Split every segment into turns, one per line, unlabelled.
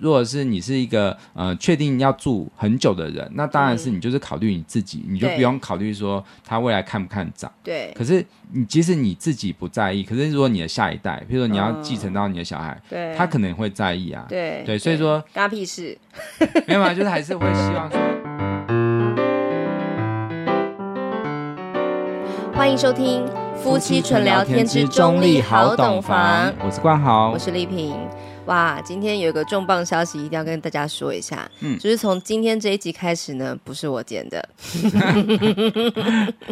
如果是你是一个呃确定要住很久的人，那当然是
嗯
你就是考虑你自己，你就
对
不用考虑说他未来看不看涨。
对
可是你即使你自己不在意，可是如果你的下一代，比如说你要继承到你的小孩，
嗯对，
他可能会在意啊。
对
对，所以说
干他屁事。
没有啊，就是还是会希望说。
欢迎收听《夫妻纯聊天之中立好懂房》，
我是冠豪
我，是丽萍。哇，今天有一个重磅消息，一定要跟大家说一下。
嗯
就是从今天这一集开始呢，不是我剪的，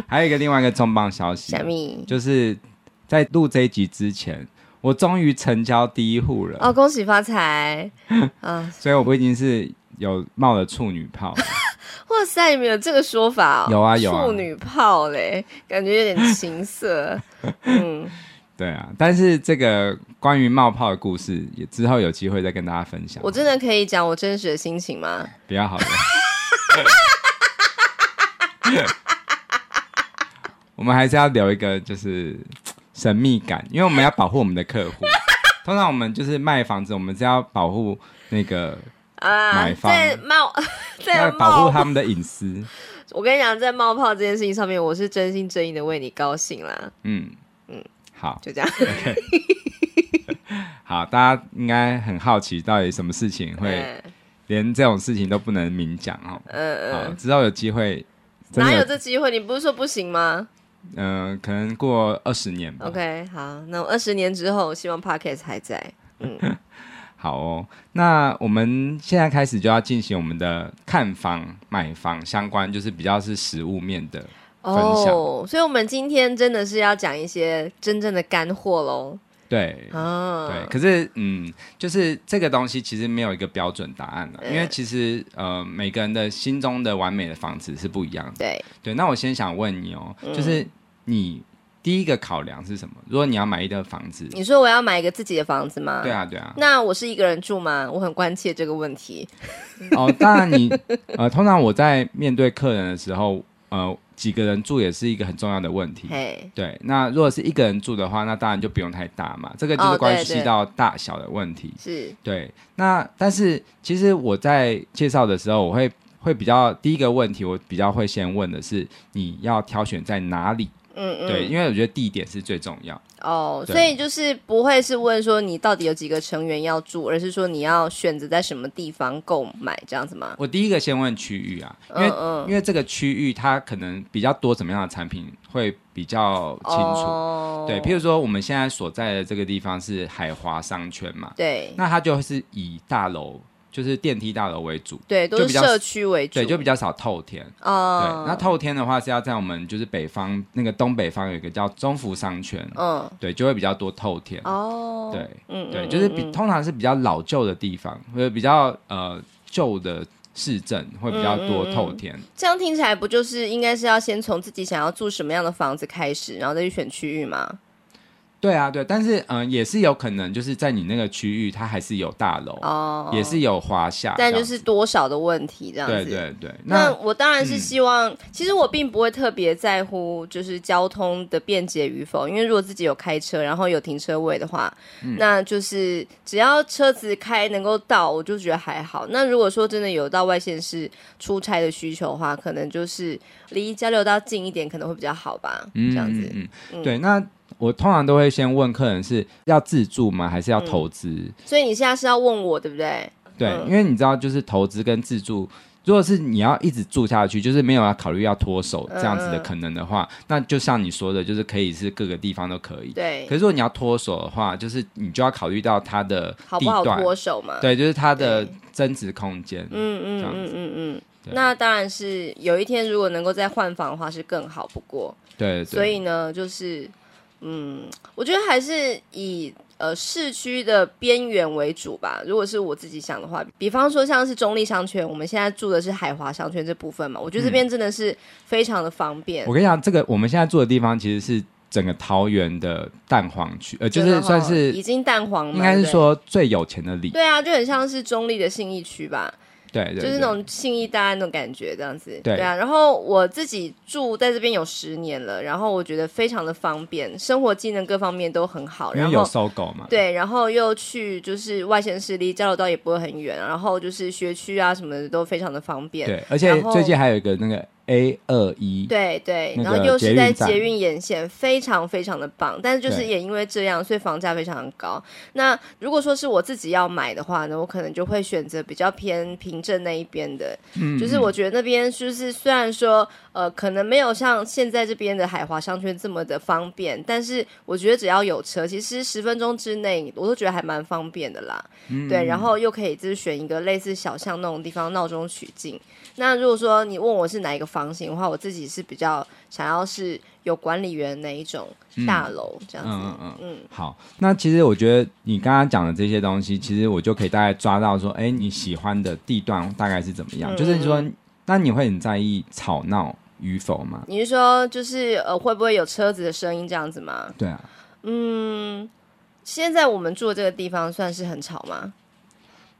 还有一个另外一个重磅消息
小，蜜。
就是在录这一集之前，我终于成交第一户了，
哦，恭喜发财！啊，
所以我已经是有冒了处女泡了。
哇塞，你们有这个说法、哦？
有啊有啊
处女泡嘞，感觉有点 情色。嗯，
对啊，但是这个关于冒泡的故事，也之后有机会再跟大家分享。
我真的可以讲我真实的心情吗？
比较好的。我们还是要留一个就是神秘感，因为我们要保护我们的客户。通常我们就是卖房子，我们是要保护那个，
啊
买，方
在冒， 在
要
冒
保护他们的隐私。
我跟你讲，在冒泡这件事情上面，我是真心真意的为你高兴啦，
嗯好
就这样。
好，大家应该很好奇，到底什么事情会
嗯
连这种事情都不能明讲哦。
嗯
好，
嗯，
之后有机会，真
哪
的
有
有，
这机会？你不是说不行吗
嗯、可能过二十年吧。
？OK，好，那我二十年之后，希望 Pockets 还在。
好哦，那我们现在开始就要进行我们的看房、买房相关，就是比较是实物面的。享
哦，所以我们今天真的是要讲一些真正的干货喽。
对、
啊，
对，可是嗯，就是这个东西其实没有一个标准答案了，
嗯
因为其实呃每个人的心中的完美的房子是不一样的。
对
对，那我先想问你哦，就是
嗯
你第一个考量是什么？如果你要买一个房子，
你说我要买一个自己的房子吗？
对。啊对啊，
那我是一个人住吗？我很关切这个问题。
哦，当然你呃，通常我在面对客人的时候，呃，几个人住也是一个很重要的问题。
嘿，
对，那如果是一个人住的话，那当然就不用太大嘛，这个就是
哦对
关系
对
到大小的问题。
是
对，那但是其实我在介绍的时候，我会会比较第一个问题，我比较会先问的是你要挑选在哪里？
嗯嗯，
对，因为我觉得地点是最重要。
哦，
对
所以就是不会是问说你到底有几个成员要住，而是说你要选择在什么地方购买这样子吗？
我第一个先问区域啊，因为、
嗯嗯
因为这个区域它可能比较多怎么样的产品会比较清楚。
哦
对，譬如说我们现在所在的这个地方是海华商圈嘛，
对
那它就是以大楼，就是电梯大楼为主，
对，都
就是比较
社区为主，
对，就比较少透天。对，
哦，
那透天的话是要在我们就是北方那个东北方有一个叫中福商圈，
嗯
对，就会比较多透天。
哦，
对，
嗯，嗯
对，就是比
嗯
通常是比较老旧的地方，或者比较呃旧的市镇会比较多
嗯嗯嗯
透天。
这样听起来不就是应该是要先从自己想要住什么样的房子开始，然后再去选区域吗？
对啊，对，但是嗯、呃也是有可能就是在你那个区域，它还是有大楼，
哦，
也，是有华夏啊这
但
样子，
就是多少的问题这样
对
子，
对对，
那
那嗯
我当然是希望，其实我并不会特别在乎就是交通的便捷与否，因为如果自己有开车，然后有停车位的话，
嗯
那就是只要车子开能够到，我就觉得还好。那如果说真的有到外县市出差的需求的话，可能就是离交流道近一点，可能会比较好吧，
嗯
这样子。
嗯嗯，对，那我通常都会先问客人是要自住吗，还是
嗯
要投资？
所以你现在是要问我对不对？
对，
嗯
因为你知道，就是投资跟自住，如果是你要一直住下去，就是没有要考虑要脱手这样子
嗯
的可能的话，那就像你说的，就是可以是各个地方都可以。
对
可，是如果你要脱手的话，就是你就要考虑到它的
好
地
不好
段，
脱手嘛？
对，就是它的
对
增值空间。
嗯嗯
这样
嗯
子
嗯嗯。
对
那当然是有一天如果能够再换房的话是更好不过。
对对
所以呢，就是嗯，我觉得还是以呃市区的边缘为主吧。如果是我自己想的话，比方说像是中立商圈，我们现在住的是海华商圈这部分嘛，我觉得这边真的是非常的方便。
我跟你讲，这个我们现在住的地方其实是整个桃园的蛋黄区，呃，就是算
真的哦
是
已经蛋黄嘛，
应该是
对不对
说最有钱的里。
对啊，就很像是中立的信义区吧。
对对，
就是
对
那种信义大安那种感觉，这样子。
对
啊，然后我自己住在这边有十年了，然后我觉得非常的方便，生活技能各方面都很好，
因
然
为有
后。
搜狗嘛，
对，然后又去就是外县市，离交流道也不会很远，然后就是学区啊什么的都非常的方便。
对，而且
然后
最近还有一个那个 A 二一，
对对，
那
然后
个
又
捷
是
运
在
站
捷运沿线，非常非常的棒。但是就是
对
也因为这样，所以房价非常高。那如果说是我自己要买的话呢，我可能就会选择比较偏平镇那一边的，
嗯
就是我觉得那边就是虽然说呃可能没有像现在这边的海华商圈这么的方便，但是我觉得只要有车，其实十分钟之内我都觉得还蛮方便的啦。
嗯
对，然后又可以就是选一个类似小巷那种地方闹中取静。那如果说你问我是哪一个房型的话，我自己是比较想要是有管理员那一种大楼、这样子。
嗯嗯
嗯嗯
好，那其实我觉得你刚刚讲的这些东西，其实我就可以大概抓到说，哎，你喜欢的地段大概是怎么样？
嗯
就是说，那你会很在意吵闹与否吗？
你是说就是呃会不会有车子的声音这样子吗？
对啊，
嗯，现在我们住的这个地方算是很吵吗？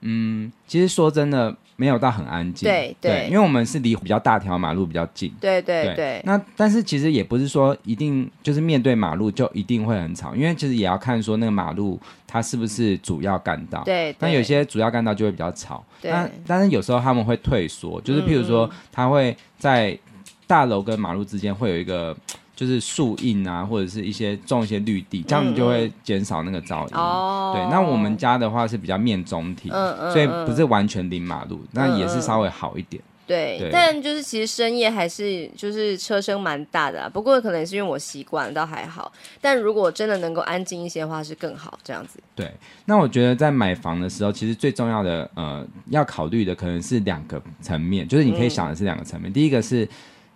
嗯，其实说真的，没有到很安静，
对对
因为我们是离比较大条马路比较近。
对对对，
那但是其实也不是说一定就是面对马路就一定会很吵，因为其实也要看说那个马路它是不是主要干道。
对。
那
对
有些主要干道就会比较吵，
对嗯
但但是有时候他们会退缩，就是譬如说他会在大楼跟马路之间会有一个就是树荫啊，或者是一些种一些绿地，这样子就会减少那个噪音。
哦，
嗯对，那我们家的话是比较面中体，
嗯嗯
所以
嗯
不是完全临马路，那也是稍微好一点。
对，
对
但就是其实深夜还是就是车声蛮大的啊，不过可能也是因为我习惯了，倒还好。但如果真的能够安静一些的话，是更好这样子。
对，那我觉得在买房的时候，其实最重要的呃要考虑的可能是两个层面，就是你可以想的是两个层面，第一个是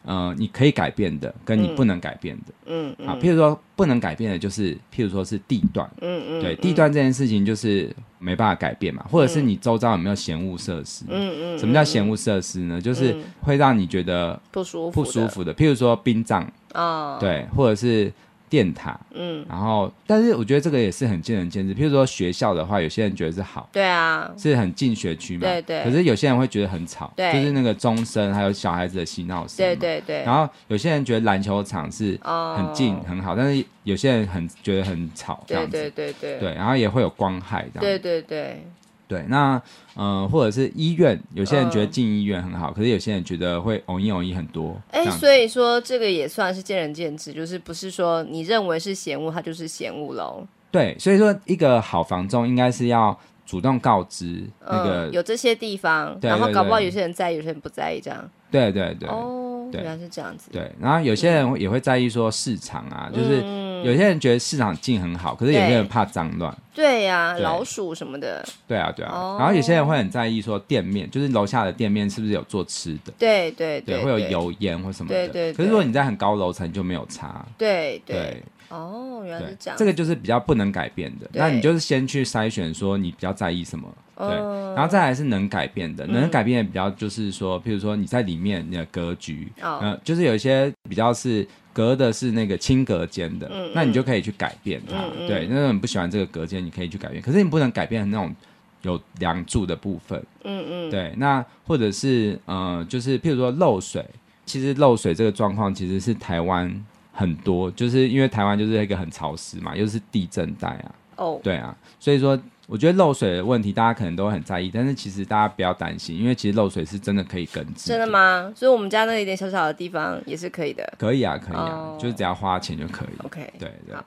呃你可以改变的，跟你不能改变的。
嗯嗯
啊，譬如说不能改变的就是，譬如说是地段，
嗯嗯，
对地段这件事情就是没办法改变嘛，或者是你周遭有没有嫌恶设施？
嗯嗯，
什么叫
嗯
嫌恶设施呢？就是会让你觉得
不舒服
不
的
舒服的，譬如说殡葬，
啊？
对，或者是电塔，
嗯，
然后但是我觉得这个也是很见仁见智。譬如说学校的话，有些人觉得是好。
对啊，
是很近学区嘛，
对对
可是有些人会觉得很吵，
对
就是那个钟声，还有小孩子的嬉闹声。
对。对对，
然后有些人觉得篮球场是
哦
很近很好，但是有些人很觉得很吵这
对
样子，
对对对
对然后也会有光害这样
对
子，
对对，
对那呃或者是医院，有些人觉得
嗯
进医院很好，可是有些人觉得会偶一偶一很多，这
哎，
样子
所以说这个也算是见仁见智，就是不是说你认为是嫌恶，它就是嫌恶喽。
对，所以说一个好房仲应该是要主动告知那个，
嗯，有这些地方，
对
然后
对
搞不好
对
有些人在意，有些人不在意，这样。
对对对、
哦，
对
原来是这样子。
对，然后有些人也会在意说市场啊，就是
嗯
有些人觉得市场近很好，可是有些人
对
怕脏乱。
对呀，
对
老鼠什么的，
对啊，对啊，
哦
然后有些人会很在意说店面，就是楼下的店面是不是有做吃的，
对对
对，
对，
会有。油烟或什么的。
对对对
可是如果你在很高楼层就没有差。
对
对
对，哦，原来
对
是这样。
这个就是比较不能改变的。
对
那你就是先去筛选说你比较在意什么，对，
嗯
然后再来是能改变的，能改变的比较就是说，譬如说你在里面你的格局，
哦
呃，就是有一些比较是隔的是那个轻隔间的，
嗯
那你就可以去改变它。
嗯嗯
对，那种你不喜欢这个隔间，你可以去改变，可是你不能改变那种有梁柱的部分。
嗯嗯，
对，那或者是呃，就是譬如说漏水，其实漏水这个状况其实是台湾很多，就是因为台湾就是一个很潮湿嘛，又是地震带啊，
哦，
对啊，所以说我觉得漏水的问题大家可能都会很在意，但是其实大家不要担心，因为其实漏水是真的可以根治，
真的？吗？所以我们家那一点小小的地方也是可以的。
可以啊，可以啊，
哦
就是只要花钱就可以。
OK，
对对
好。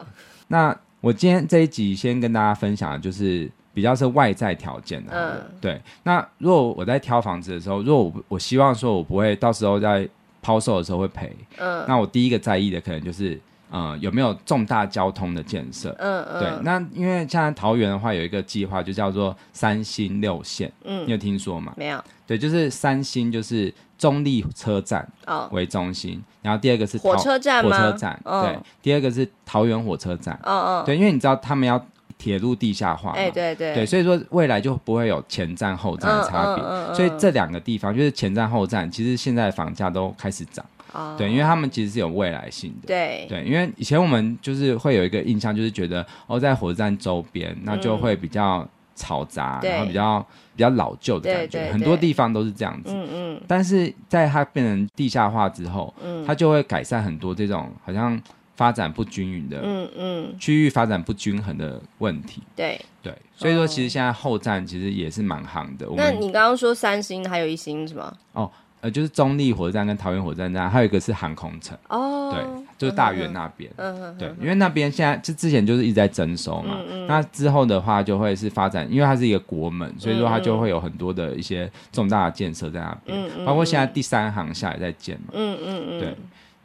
那我今天这一集先跟大家分享，的就是比较是外在条件的。
嗯
对，那如果我在挑房子的时候，如果我不我希望说我不会到时候在抛售的时候会赔，
嗯
那我第一个在意的可能就是，呃，有没有重大交通的建设。
嗯嗯，
对，那因为现在桃园的话有一个计划，就叫做三星六线，
嗯
你有听说吗？
没有
对，就是三星就是中立车站
哦，
为中心，然后第二个是
火
桃
车站
火
吗？
车站，
嗯
对，，第二个是桃园火车站，
哦哦，
对，因为你知道他们要铁路地下化嘛，
哎，对对
对，所以说未来就不会有前站后站的差别。
嗯嗯嗯嗯
所以这两个地方就是前站后站，其实现在房价都开始涨，
哦
对，因为他们其实是有未来性的。
对
对，因为以前我们就是会有一个印象，就是觉得哦，在火车站周边，那就会比较嘈杂，
嗯对
然后比较比较老旧的感
对
觉，
对
很多
对
地方都是这样子。
嗯嗯
但是在它变成地下化之后，
嗯
它就会改善很多这种好像发展不均匀的、
嗯嗯，
区域发展不均衡的问题。
对。
对，所以说
哦
其实现在后站其实也是蛮行的。我
那
们
你刚刚说三星还有一星是吗？
呃就是中立火车站跟桃园火车站这样，还有一个是航空城，
哦，
对，就是大园那边。
嗯哼
对
哼，
因为那边现在就之前就是一直在征收嘛，
嗯
那之后的话就会是发展，因为它是一个国门，所以说
嗯
它就会有很多的一些重大的建设在那边，包括现在第三航下也在建嘛，
嗯嗯嗯，
对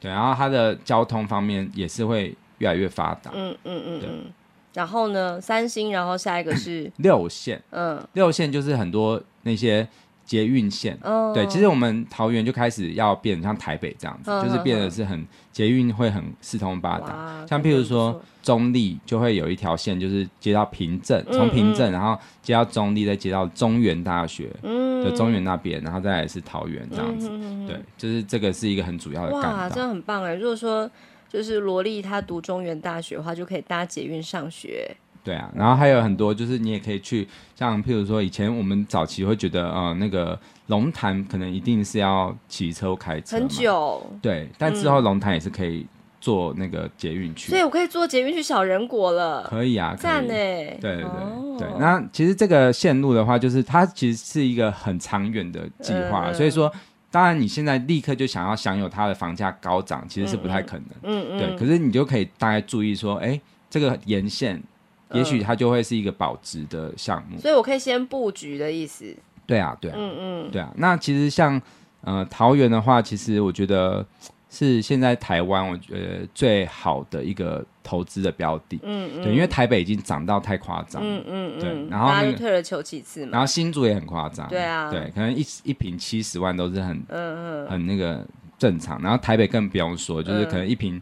对，然后它的交通方面也是会越来越发达。
嗯嗯嗯
对
嗯。然后呢，三星，然后下一个是
六线，
嗯
六线就是很多那些捷运线，
哦，
对，其实我们桃园就开始要变像台北这样子，
嗯
就是变得是很捷运会很四通八达。
哇
像譬如说，中立就会有一条线，就是接到平镇，
嗯
从平镇然后接到中立，再接到中原大学
嗯
的中原那边，然后再来是桃园这样子。
子
对，就是这个是一个很主要的
嗯哇，
干
真
道。
的很棒哎！如果说就是萝莉她读中原大学的话，就可以搭捷运上学。
对啊，然后还有很多就是你也可以去，像譬如说以前我们早期会觉得，呃，那个龙潭可能一定是要骑车或开啊车嘛
很，久，嗯
对，但之后龙潭也是可以坐那个捷运去
所以我可以坐捷运去小人国了，
可以啊，可
赞
以
呢！对
对对对、
哦、
对，那其实这个线路的话，就是它其实是一个很长远的计划，
嗯嗯
所以说，当然你现在立刻就想要享有它的房价高涨，其实是不太可能。
嗯嗯，
对，可是你就可以大概注意说，哎，这个沿线，
嗯
也许它就会是一个保值的项目。
所以我可以先布局的意思。
对啊，对啊，
嗯嗯嗯，
对啊。那其实像呃桃园的话，其实我觉得是现在台湾我觉得最好的一个投资的标的。
嗯嗯，
对，因为台北已经涨到太夸张了。
嗯嗯
对
嗯，
然后那
大家
个
就退而求其次
然
嘛。
后新竹也很夸张，
对啊
对，可能一一瓶七十万都是很
嗯嗯，
很那个正常，然后台北更不用说，就是可能一瓶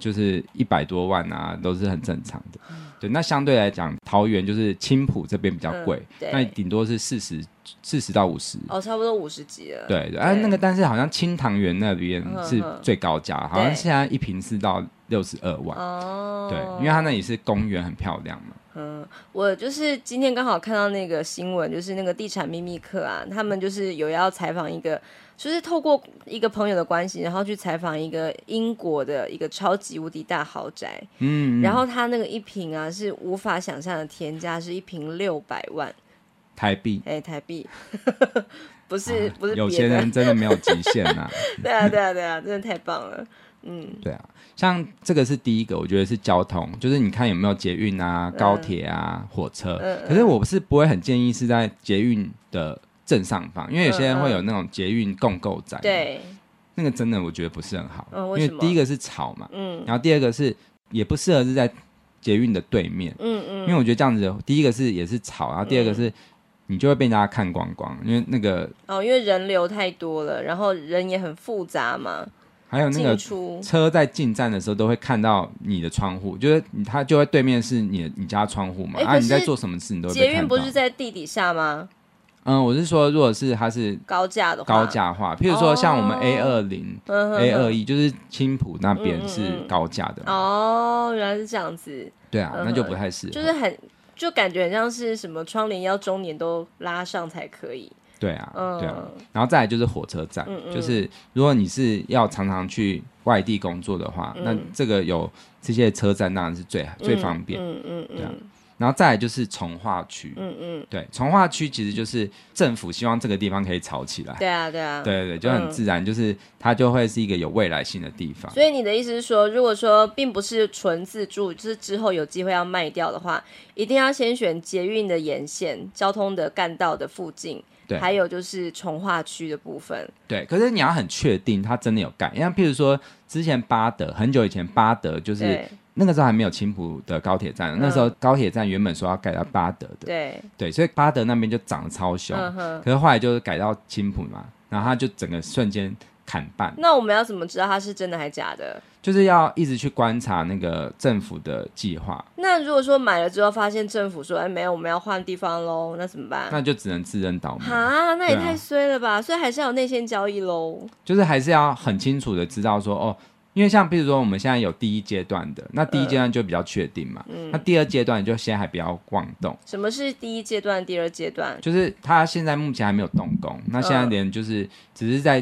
就是一百多万啊，都是很正常的。对，那相对来讲，桃园就是青浦这边比较贵
嗯嗯，对
那顶多是四十四十到五十。
哦，差不多五十级了。
对对，啊，
对嗯
那个但是好像清塘园那边是最高价，好像现在一瓶是到六十二万。
哦，
对，因为它那里是公园，很漂亮嘛。
嗯，我就是今天刚好看到那个新闻，就是那个地产秘密课啊，他们就是有要采访一个，就是透过一个朋友的关系，然后去采访一个英国的一个超级无敌大豪宅，
嗯，
然后他那个一平啊是无法想象的天价，是一平六百万，
台币，
哎、台币， 不是、不是
啊有
别
些
的，
人真的没有极限啊。
对啊对啊对啊，真的太棒了，嗯
对啊，像这个是第一个，我觉得是交通，就是你看有没有捷运啊、
嗯
高铁啊、火车。可是我不是不会很建议是在捷运的正上方，因为有些人会有那种捷运共购站，，
嗯对，
那个真的我觉得不是很好，
嗯
因
为什么
第一个是吵嘛，
嗯
然后第二个是也不适合是在捷运的对面，
嗯嗯，
因为我觉得这样子，第一个是也是吵，然后第二个是。你就会被大家看光光，因为那个
哦，因为人流太多了，然后人也很复杂嘛，
还有那个
进出。
车在进站的时候都会看到你的窗户，就是你它就会对面是你的你家窗户嘛，
诶
啊，
哎可是
你在做什么事你都会
捷
被看到
运不。是在地底下吗？
嗯，我是说，如果是它是
高架的话，
高架化，譬如说像我们
哦
A 二零、
嗯哼
A 二一，就是青浦那边
嗯
是高架的，
哦，原来是这样子，
对啊，
嗯
那就不太适合。
就是很就感觉很像是什么窗帘要中年都拉上才可以。
对啊，
嗯
对啊。然后再来就是火车站，就是如果你是要常常去外地工作的话，那这个有这些车站当然是最最方便。
嗯嗯嗯
对啊
嗯
然后再来就是从化区，
嗯嗯，
对，从化区其实就是政府希望这个地方可以炒起来，
对啊对啊。
哎对对对，就很自然，就是它就会是一个有未来性的地方。
所以你的意思是说，如果说并不是纯自住，就是之后有机会要卖掉的话，一定要先选捷运的沿线、交通的干道的附近，
对
还有就是从化区的部分。
对，可是你要很确定它真的有盖，像譬如说之前巴德，很久以前巴德就是
对嗯
那个时候还没有青浦的高铁站，那时候高铁站原本说要改到巴德的，
对，
对，所以巴德那边就涨得超凶，
嗯哼。
可是后来就是改到青浦嘛，然后它就整个瞬间砍半，
那我们要怎么知道它是真的还假的？
就是要一直去观察那个政府的计划，
那如果说买了之后发现政府说，哎，没有，我们要换地方喽，那怎么办？
那就只能自认倒霉。
哈，那
对
也
啊
太衰了吧！所以还是要有内线交易喽。
就是还是要很清楚的知道说，哦，因为像比如说我们现在有第一阶段的，那第一阶段就比较确定嘛，
嗯
那第二阶段你就先还不要妄动，
什么是第一阶段、第二阶段？
就是他现在目前还没有动工，那现在连就是只是在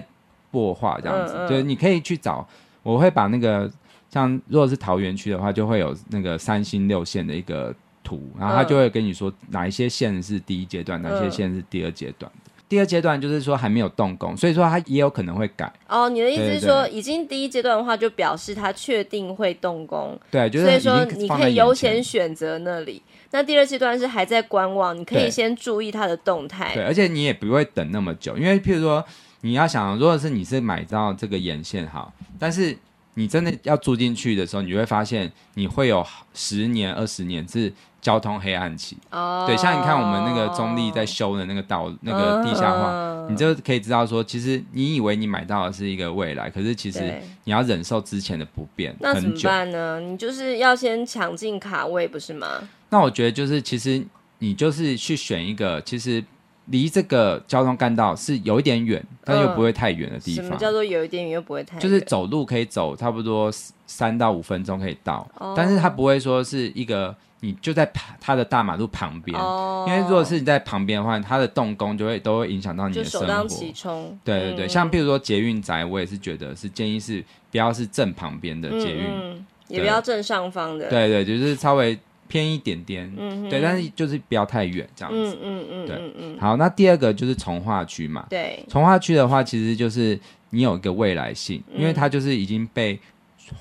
擘画这样子，
嗯嗯
就是你可以去找，我会把那个像如果是桃园区的话，就会有那个三星六线的一个图，然后他
嗯
就会跟你说哪一些线是第一阶段，哪些
嗯
线是第二阶段的。第二阶段就是说还没有动工，所以说它也有可能会改，
哦，你的意思
对
是
对
说，已经第一阶段的话，就表示它确定会动工，
对，就是
所以
已经
说你
放
可
在
以
眼
优
前
先选择那里。那第二阶段是还在观望，你可以
对
先注意它的动态
对，。而且你也不会等那么久，因为譬如说你要想，如果是你是买到这个眼线好，但是你真的要住进去的时候，你就会发现你会有十年、二十年是交通黑暗期。
哦，嗯
对，像你看我们那个中立在修的那个道那个地下化，
化
你就可以知道说，其实你以为你买到的是一个未来，可是其实
对，
你要忍受之前的不便
那怎
很
么
久。
办呢？你就是要先抢进卡位，不是吗？
那我觉得就是，其实你就是去选一个，其实离这个交通干道是有一点远，但又不会太远的地
嗯什么
方。
叫做有一点远又不会太
就是
远
走路可以走差不多三到五分钟可以到，
哦
但是它不会说是一个你就在旁它的大马路旁边，
哦，
因为如果是你在旁边的话，它的动工就会都会影响到你
就
的生
首
活。
当其冲，
对对对，
嗯
像譬如说捷运宅，我也是觉得是建议是不要是正旁边的捷运，
嗯嗯也不
对
要正上方的，
对对，就是稍微偏一点点，
嗯哼
对，但是就是不要太远这样子。
嗯嗯嗯
对
嗯嗯，
好，那第二个就是从化区嘛，
对，
从化区的话，其实就是你有一个未来性，因
嗯
为它就是已经被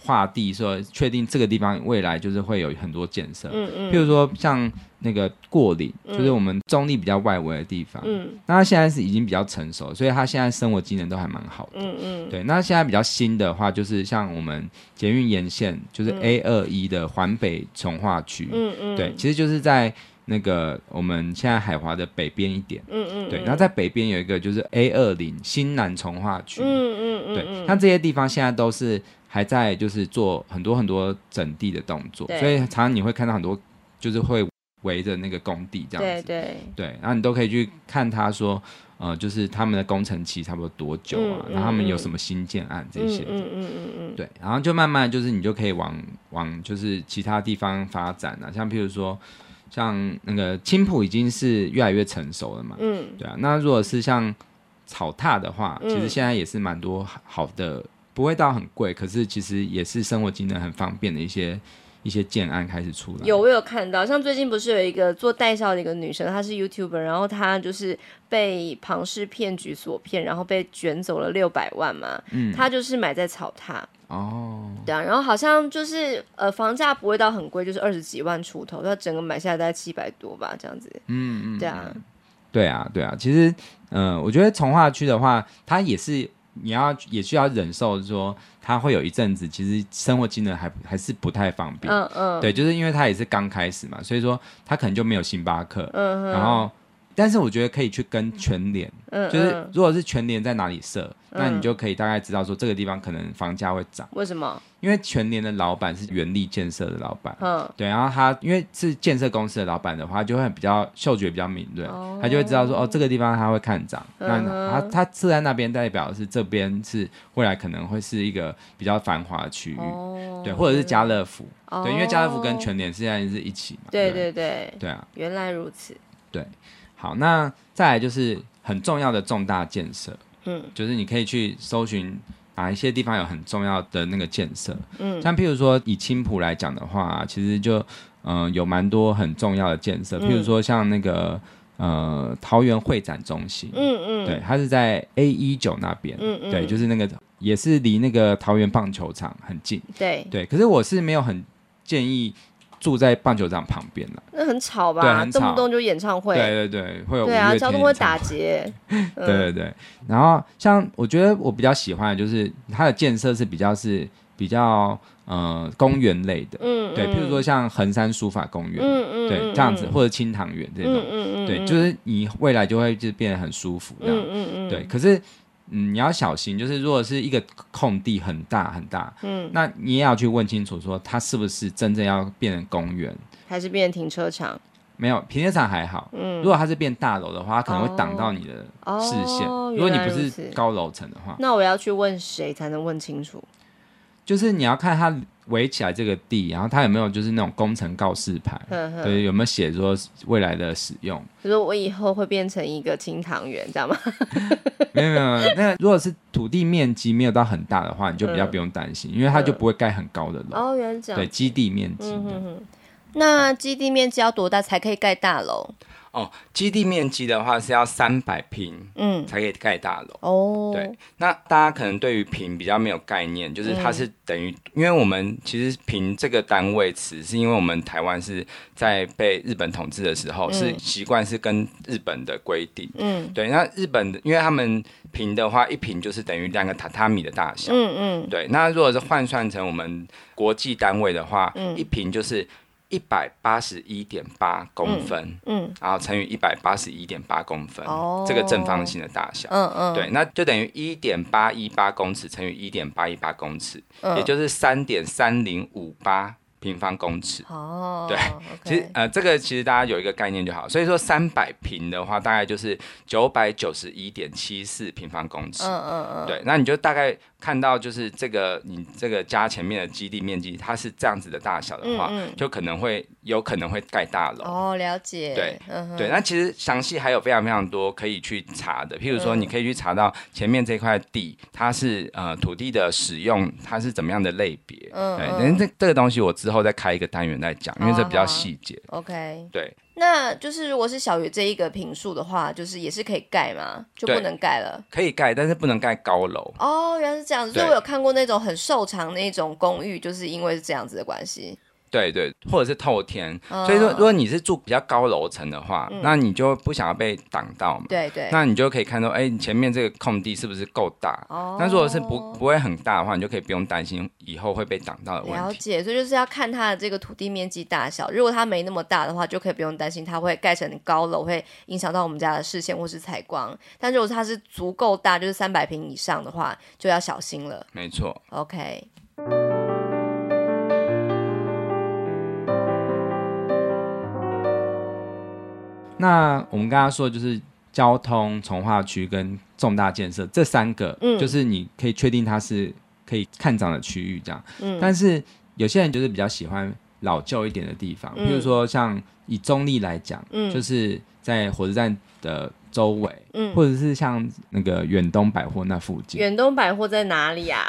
划地说确定这个地方未来就是会有很多建设，
嗯嗯，
譬如说像那个过岭，
嗯
就是我们中立比较外围的地方，
嗯
那它现在是已经比较成熟，所以它现在生活机能都还蛮好的。
嗯嗯，
对，那现在比较新的话，就是像我们捷运沿线，就是 A 二一的环北从化区，
嗯嗯，
对，其实就是在那个我们现在海华的北边一点。
嗯嗯，
对，
嗯
然后在北边有一个就是 A 二零新南从化区，
嗯嗯嗯，
对
嗯，
那这些地方现在都是还在就是做很多很多整地的动作，
对
所以常常你会看到很多就是会围着那个工地这样
对
子，
对，
对，然后你都可以去看他说，呃，就是他们的工程期差不多多久啊，
嗯嗯
然后他们有
嗯
什么新建案这
嗯
些，
嗯嗯嗯嗯，
对，然后就慢慢就是你就可以往往就是其他地方发展啊，像譬如说像那个青浦已经是越来越成熟了嘛，
嗯
对啊，那如果是像草踏的话，
嗯
其实现在也是蛮多好的，不会到很贵，可是其实也是生活机能很方便的一些一些建案开始出来。
有，我有看到，像最近不是有一个做代销的一个女生，她是 YouTuber，然后她就是被庞氏骗局所骗，然后被卷走了六百万嘛。
嗯，
她就是买在草塔，
哦，
对啊，然后好像就是呃房价不会到很贵，就是二十几万出头，她整个买下来大概七百多吧，这样子。
嗯嗯，
对啊，
对啊，对啊，其实，嗯、我觉得从化区的话，它也是你要也需要忍受说，它会有一阵子其实生活机能还还是不太方便。
嗯嗯，
对，就是因为它也是刚开始嘛，所以说它可能就没有星巴克，
嗯哼
然后，但是我觉得可以去跟全联。
嗯，
就是
嗯
如果是全联在哪里设，那
嗯
你就可以大概知道说这个地方可能房价会涨，
为什么？
因为全联的老板是原力建设的老板。
嗯
对，然后他因为是建设公司的老板的话，就会比较嗅觉比较敏锐，他就会知道说哦，这个地方他会看涨，
嗯
那他他设在那边代表是这边是未来可能会是一个比较繁华的区域，
哦，
嗯对，或者是家乐福，
哦
对，因为家乐福跟全联现在是一起嘛，
对
不对
对对，
对啊，
原来如此。
好，那再来就是很重要的重大建设，
嗯
嗯，就是你可以去搜寻哪一些地方有很重要的那个建设，
嗯
嗯，像譬如说以青浦来讲的话，其实就嗯、呃有蛮多很重要的建设，
嗯
譬如说像那个呃桃园会展中心，
嗯嗯，
对，它是在 A 一九那边，
嗯嗯
对，就是那个也是离那个桃园棒球场很近，
对，
对，可是我是没有很建议住在棒球场旁边的，
那很吵
对
吧？
很
动不
吵
动就演唱会。
对对对，会有
对
五
啊，
月
交
天
通会
演唱
打 结。嗯
对对对，然后像我觉得我比较喜欢的就是它的建设是比较是比较呃公园类的，
嗯，
对，
嗯
譬如说，像横山书法公园，
嗯嗯，
对
嗯，
这样子，，或者清塘园这
嗯
种，
嗯嗯，
对，
嗯
就是你未来就会就变得很舒服这
嗯
样，
嗯嗯，
对。可是嗯，你要小心，就是如果是一个空地很大很大，
嗯，
那你也要去问清楚说它是不是真正要变成公园。
还是变停车场，
没有停车场还好，
嗯
如果它是变大楼的话，它可能会挡到你的
哦
视线。
哦
如果你
原来
不
如
是
此
高楼层的话，
那我要去问谁才能问清楚？
就是你要看它围起来这个地，然后它有没有就是那种工程告示牌，
哼哼，
对，有没有写说未来的使用？
就是我以后会变成一个清塘园，知道吗？
没有没有，没有那如果是土地面积没有到很大的话，你就比较不用担心，因为它就不会盖很高的楼，
嗯哦，原来是这
对，
样。嗯
基地面积。
那基地面积要多大才可以盖大楼？
哦，基地面积的话是要三百平
嗯，
才可以盖大楼。
哦，
对，那大家可能对于平比较没有概念，就是它是等于，因为我们其实平这个单位词，是因为我们台湾是在被日本统治的时候，
嗯
是习惯是跟日本的规定。
嗯
对，那日本的，因为他们平的话，一平就是等于两个榻榻米的大小。
嗯嗯，
对，那如果是换算成我们国际单位的话，
嗯
一平就是一百八十一点八公分，
嗯
然后乘以一百八十一点八公分，
哦
这个正方形的大小。
嗯嗯，
对，那就等于一点八一八公尺乘以一点八一八公尺，
嗯，
也就是三点三零五八平方公尺。
哦，
对
OK，
其实呃，这个其实大家有一个概念就好。所以说三百平的话，大概就是九百九十一点七四平方公尺。
嗯嗯嗯，
对，那你就大概看到就是这个你这个家前面的基地面积，它是这样子的大小的话，
嗯嗯
就可能会有可能会盖大楼。
哦，了解，
对，
嗯哼，
对，那其实详细还有非常非常多可以去查的，譬如说，
嗯
你可以去查到前面这块地，它是呃土地的使用，它是怎么样的类别。
嗯
对，
嗯哦啊
但是这这个东西我之后再开一个单元再讲，因为这比较细节。
OK，
对，
那就是如果是小于这一个平数的话，就是也是可以盖嘛，就
对
不能盖了。
可以盖，但是不能盖高楼。
哦，原来是这样子，所以
对
我有看过那种很瘦长那种公寓，就是因为是这样子的关系。
对对，或者是透天。
嗯
所以说，如果你是住比较高楼层的话，那你就不想要被挡到嘛。
嗯对对，
那你就可以看到，哎、你前面这个空地是不是够大？
哦
那如果是不不会很大的话，你就可以不用担心以后会被挡到的问
了
题。
解，所以就是要看它的这个土地面积大小。如果它没那么大的话，就可以不用担心它会盖成高楼，会影响到我们家的视线或是采光。但如果它是足够大，就是三百平以上的话，就要小心了。
没错。
OK。
那我们刚刚说的就是交通、从化区跟重大建设这三个，
嗯
就是你可以确定它是可以看涨的区域这样。
嗯
但是有些人就是比较喜欢老旧一点的地方，
嗯
比如说像以中立来讲，
嗯
就是在火车站的周围，
嗯，
或者是像那个远东百货那附近，
远东百货在哪里啊？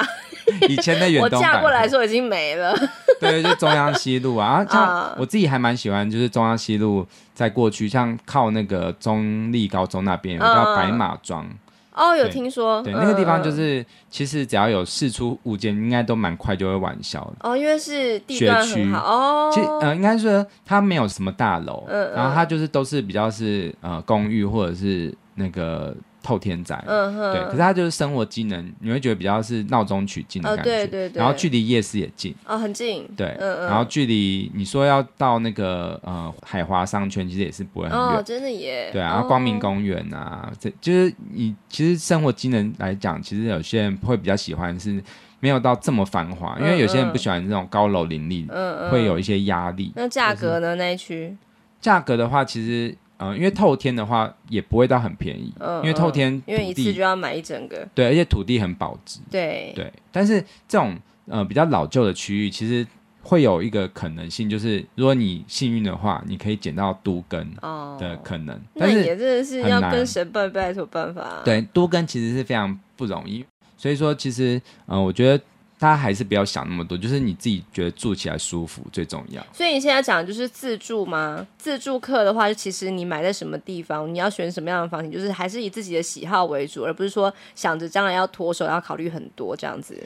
以前的远
我
东百
嫁过来的
货，
时候已经没了。
对，就中央西路啊，啊
啊
像我自己还蛮喜欢，就是中央西路在过去，像靠那个中立高中那边有个
嗯
叫白马庄。
哦，有
对
听说，
对，
嗯
那个地方就。
嗯嗯
是，其实只要有试出物件，应该都蛮快就会完销的。
哦，因为是地段
学
很
区
好哦。
其实呃，应该说它没有什么大楼，
嗯嗯
然后它就是都是比较是呃公寓或者是那个透天宅，
嗯哼，
对。可是它就是生活机能，你会觉得比较是闹中取静的
哦
感觉，
对对对
然后距离夜市也近，
哦，很近，
对，
嗯嗯，
然后距离你说要到那个呃海华商圈，其实也是不会很远。
哦，真的耶，
对啊，
哦
然后光明，公园啊，这就是你其实生活机能来讲，其实有些人会比较喜欢是没有到这么繁华，因为有些人不喜欢这种高楼林立，
嗯嗯，
会有一些压力。
那价格呢？那一区，
价格的话，其实呃，因为透天的话也不会到很便宜，
嗯，
因为透天
嗯因为一
土
次就
地
要买一整个，
对，而且土地很保值，
对，
对。但是这种呃比较老旧的区域，其实会有一个可能性，就是如果你幸运的话，你可以捡到都根
哦，
的可能，
那
但是
也真的是
很
要
难
跟神拜拜才有办法，，啊
对，多跟其实是非常不容易，所以说其实，嗯、我觉得大家还是不要想那么多，就是你自己觉得住起来舒服最重要。
所以你现在讲的就是自住吗？自住客的话，就其实你买在什么地方，你要选什么样的房型，就是还是以自己的喜好为主，而不是说想着将来要脱手，要考虑很多这样子。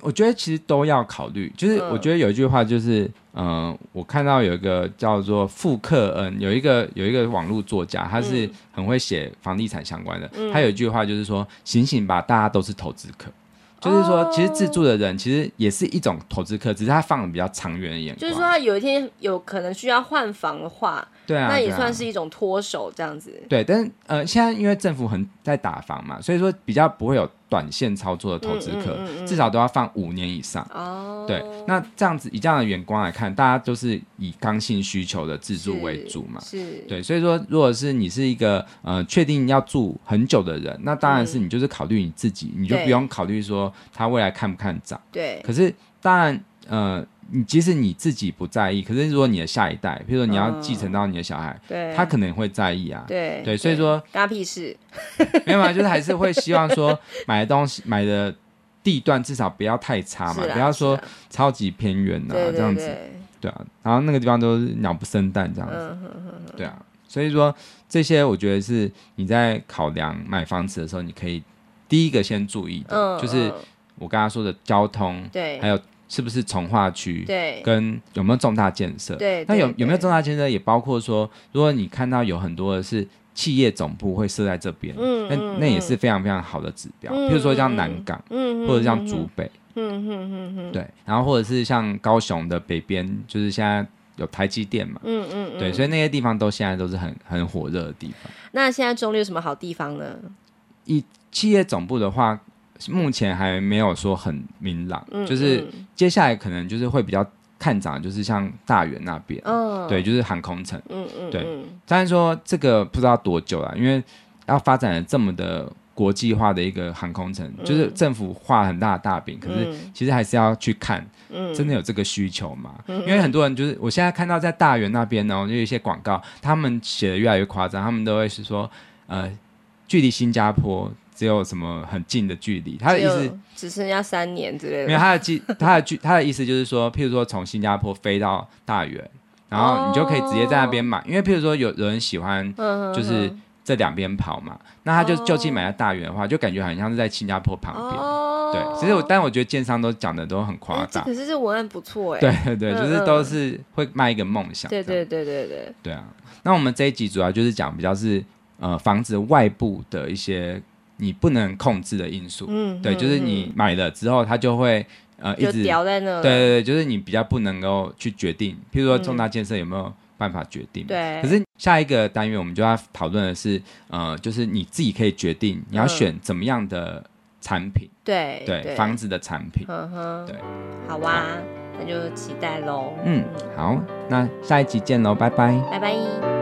我觉得其实都要考虑，就是
嗯
我觉得有一句话就是，嗯、我看到有一个叫做傅克恩，有一个有一个网络作家，他
嗯
是很会写房地产相关的，他有一句话就是说，醒醒吧，大家都是投资客。就是
哦
说，其实自住的人其实也是一种投资客，只是他放的比较长远的眼光。
就是说，他有一天有可能需要换房的话，
对啊，
那也
对啊
算是一种脱手这样子。
对，但是呃，现在因为政府很在打房嘛，所以说比较不会有短线操作的投资客，
嗯嗯嗯嗯
至少都要放五年以上。
哦，
对，那这样子以这样的眼光来看，大家都是以刚性需求的自住为主嘛。
是，
对，所以说，如果是你是一个呃确定要住很久的人，那当然是你就是考虑你自己，你就
嗯对
不用考虑说它未来看不看涨。
对，
可是当然，呃，你即使你自己不在意，可是如果你的下一代，比如说你要继承到你的小孩，
嗯对，
他可能会在意啊。
对
对所以说
大屁事，
没有嘛，就是还是会希望说买的东西买的。地段至少不要太差啊嘛，
是啦啊
不要说
是啦
超级偏远啊，
对
这样
对
子，
对，
对啊，然后那个地方都是鸟不生蛋这样子，
嗯哼哼，
对啊，所以说这些我觉得是你在考量买房子的时候，你可以第一个先注意的，
嗯，
就是
嗯
我刚刚说的交通，
对，
还有是不是从化区，
对
跟有没有重大建设。
对
那有
对
有没有
对
重大建设，也包括说，如果你看到有很多的是企业总部会设在这边，
嗯
那
嗯
那也
嗯
是非常非常好的指标。
嗯
譬如说像
嗯
南
嗯
港，
嗯，
或者像
嗯
竹，北，
嗯哼哼哼，
对，然后或者是像高雄的北边，就是现在有台积电嘛。
嗯嗯嗯，
对，所以那些地方都现在都是很很火热的地方。
那现在中立有什么好地方呢？
企业总部的话，目前还没有说很明朗，
嗯，
就是接下来可能就是会比较看涨，就是像大园那边，
嗯，嗯
对，，就是航空城。
嗯嗯，
对
嗯
当然说这个不知道多久啦，因为要发展了这么的国际化的一个航空城，
嗯
就是政府画很大的大饼，可是
嗯
其实还是要去看
嗯，
真
的
的有这个需求吗？
嗯
因为很多人就是我现在看到在大园那边哦呢，就有一些广告，他们写的越来越夸张，他们都会是说，呃，距离新加坡只有什么很近的距离，他的意思。
只剩下三年之类
没有
的，
他的记，他的距，他的意思就是说，譬如说从新加坡飞到大园，然后你就可以直接在那边买，因为譬如说有有人喜欢
哦嗯，
就是
嗯
这两边跑嘛，那他就
哦
就近买在大园的话，就感觉很像是在新加坡旁边。
哦，
对，其实我但我觉得建商都讲的都很夸
哎这
大，
可是这文案不错哎，
对对对，
嗯
就是都是会卖一个梦想这
对
样。
对对对对，
对啊，那我们这一集主要就是讲比较是呃房子外部的一些你不能控制的因素，
嗯，
对，
嗯
就是你买了之后，它就会呃一
就
直
掉在那了，
对对对，就是你比较不能够去决定，譬如说重大建设有没有办法决定嘛。
嗯对
可是下一个单元我们就要讨论的是，呃，就是你自己可以决定你要
嗯
选怎么样的产品，
对
对，房，子的产品。
嗯哼，
对，
好啊哇，那就期待喽，
嗯，好，那下一集见喽，拜拜。
拜拜。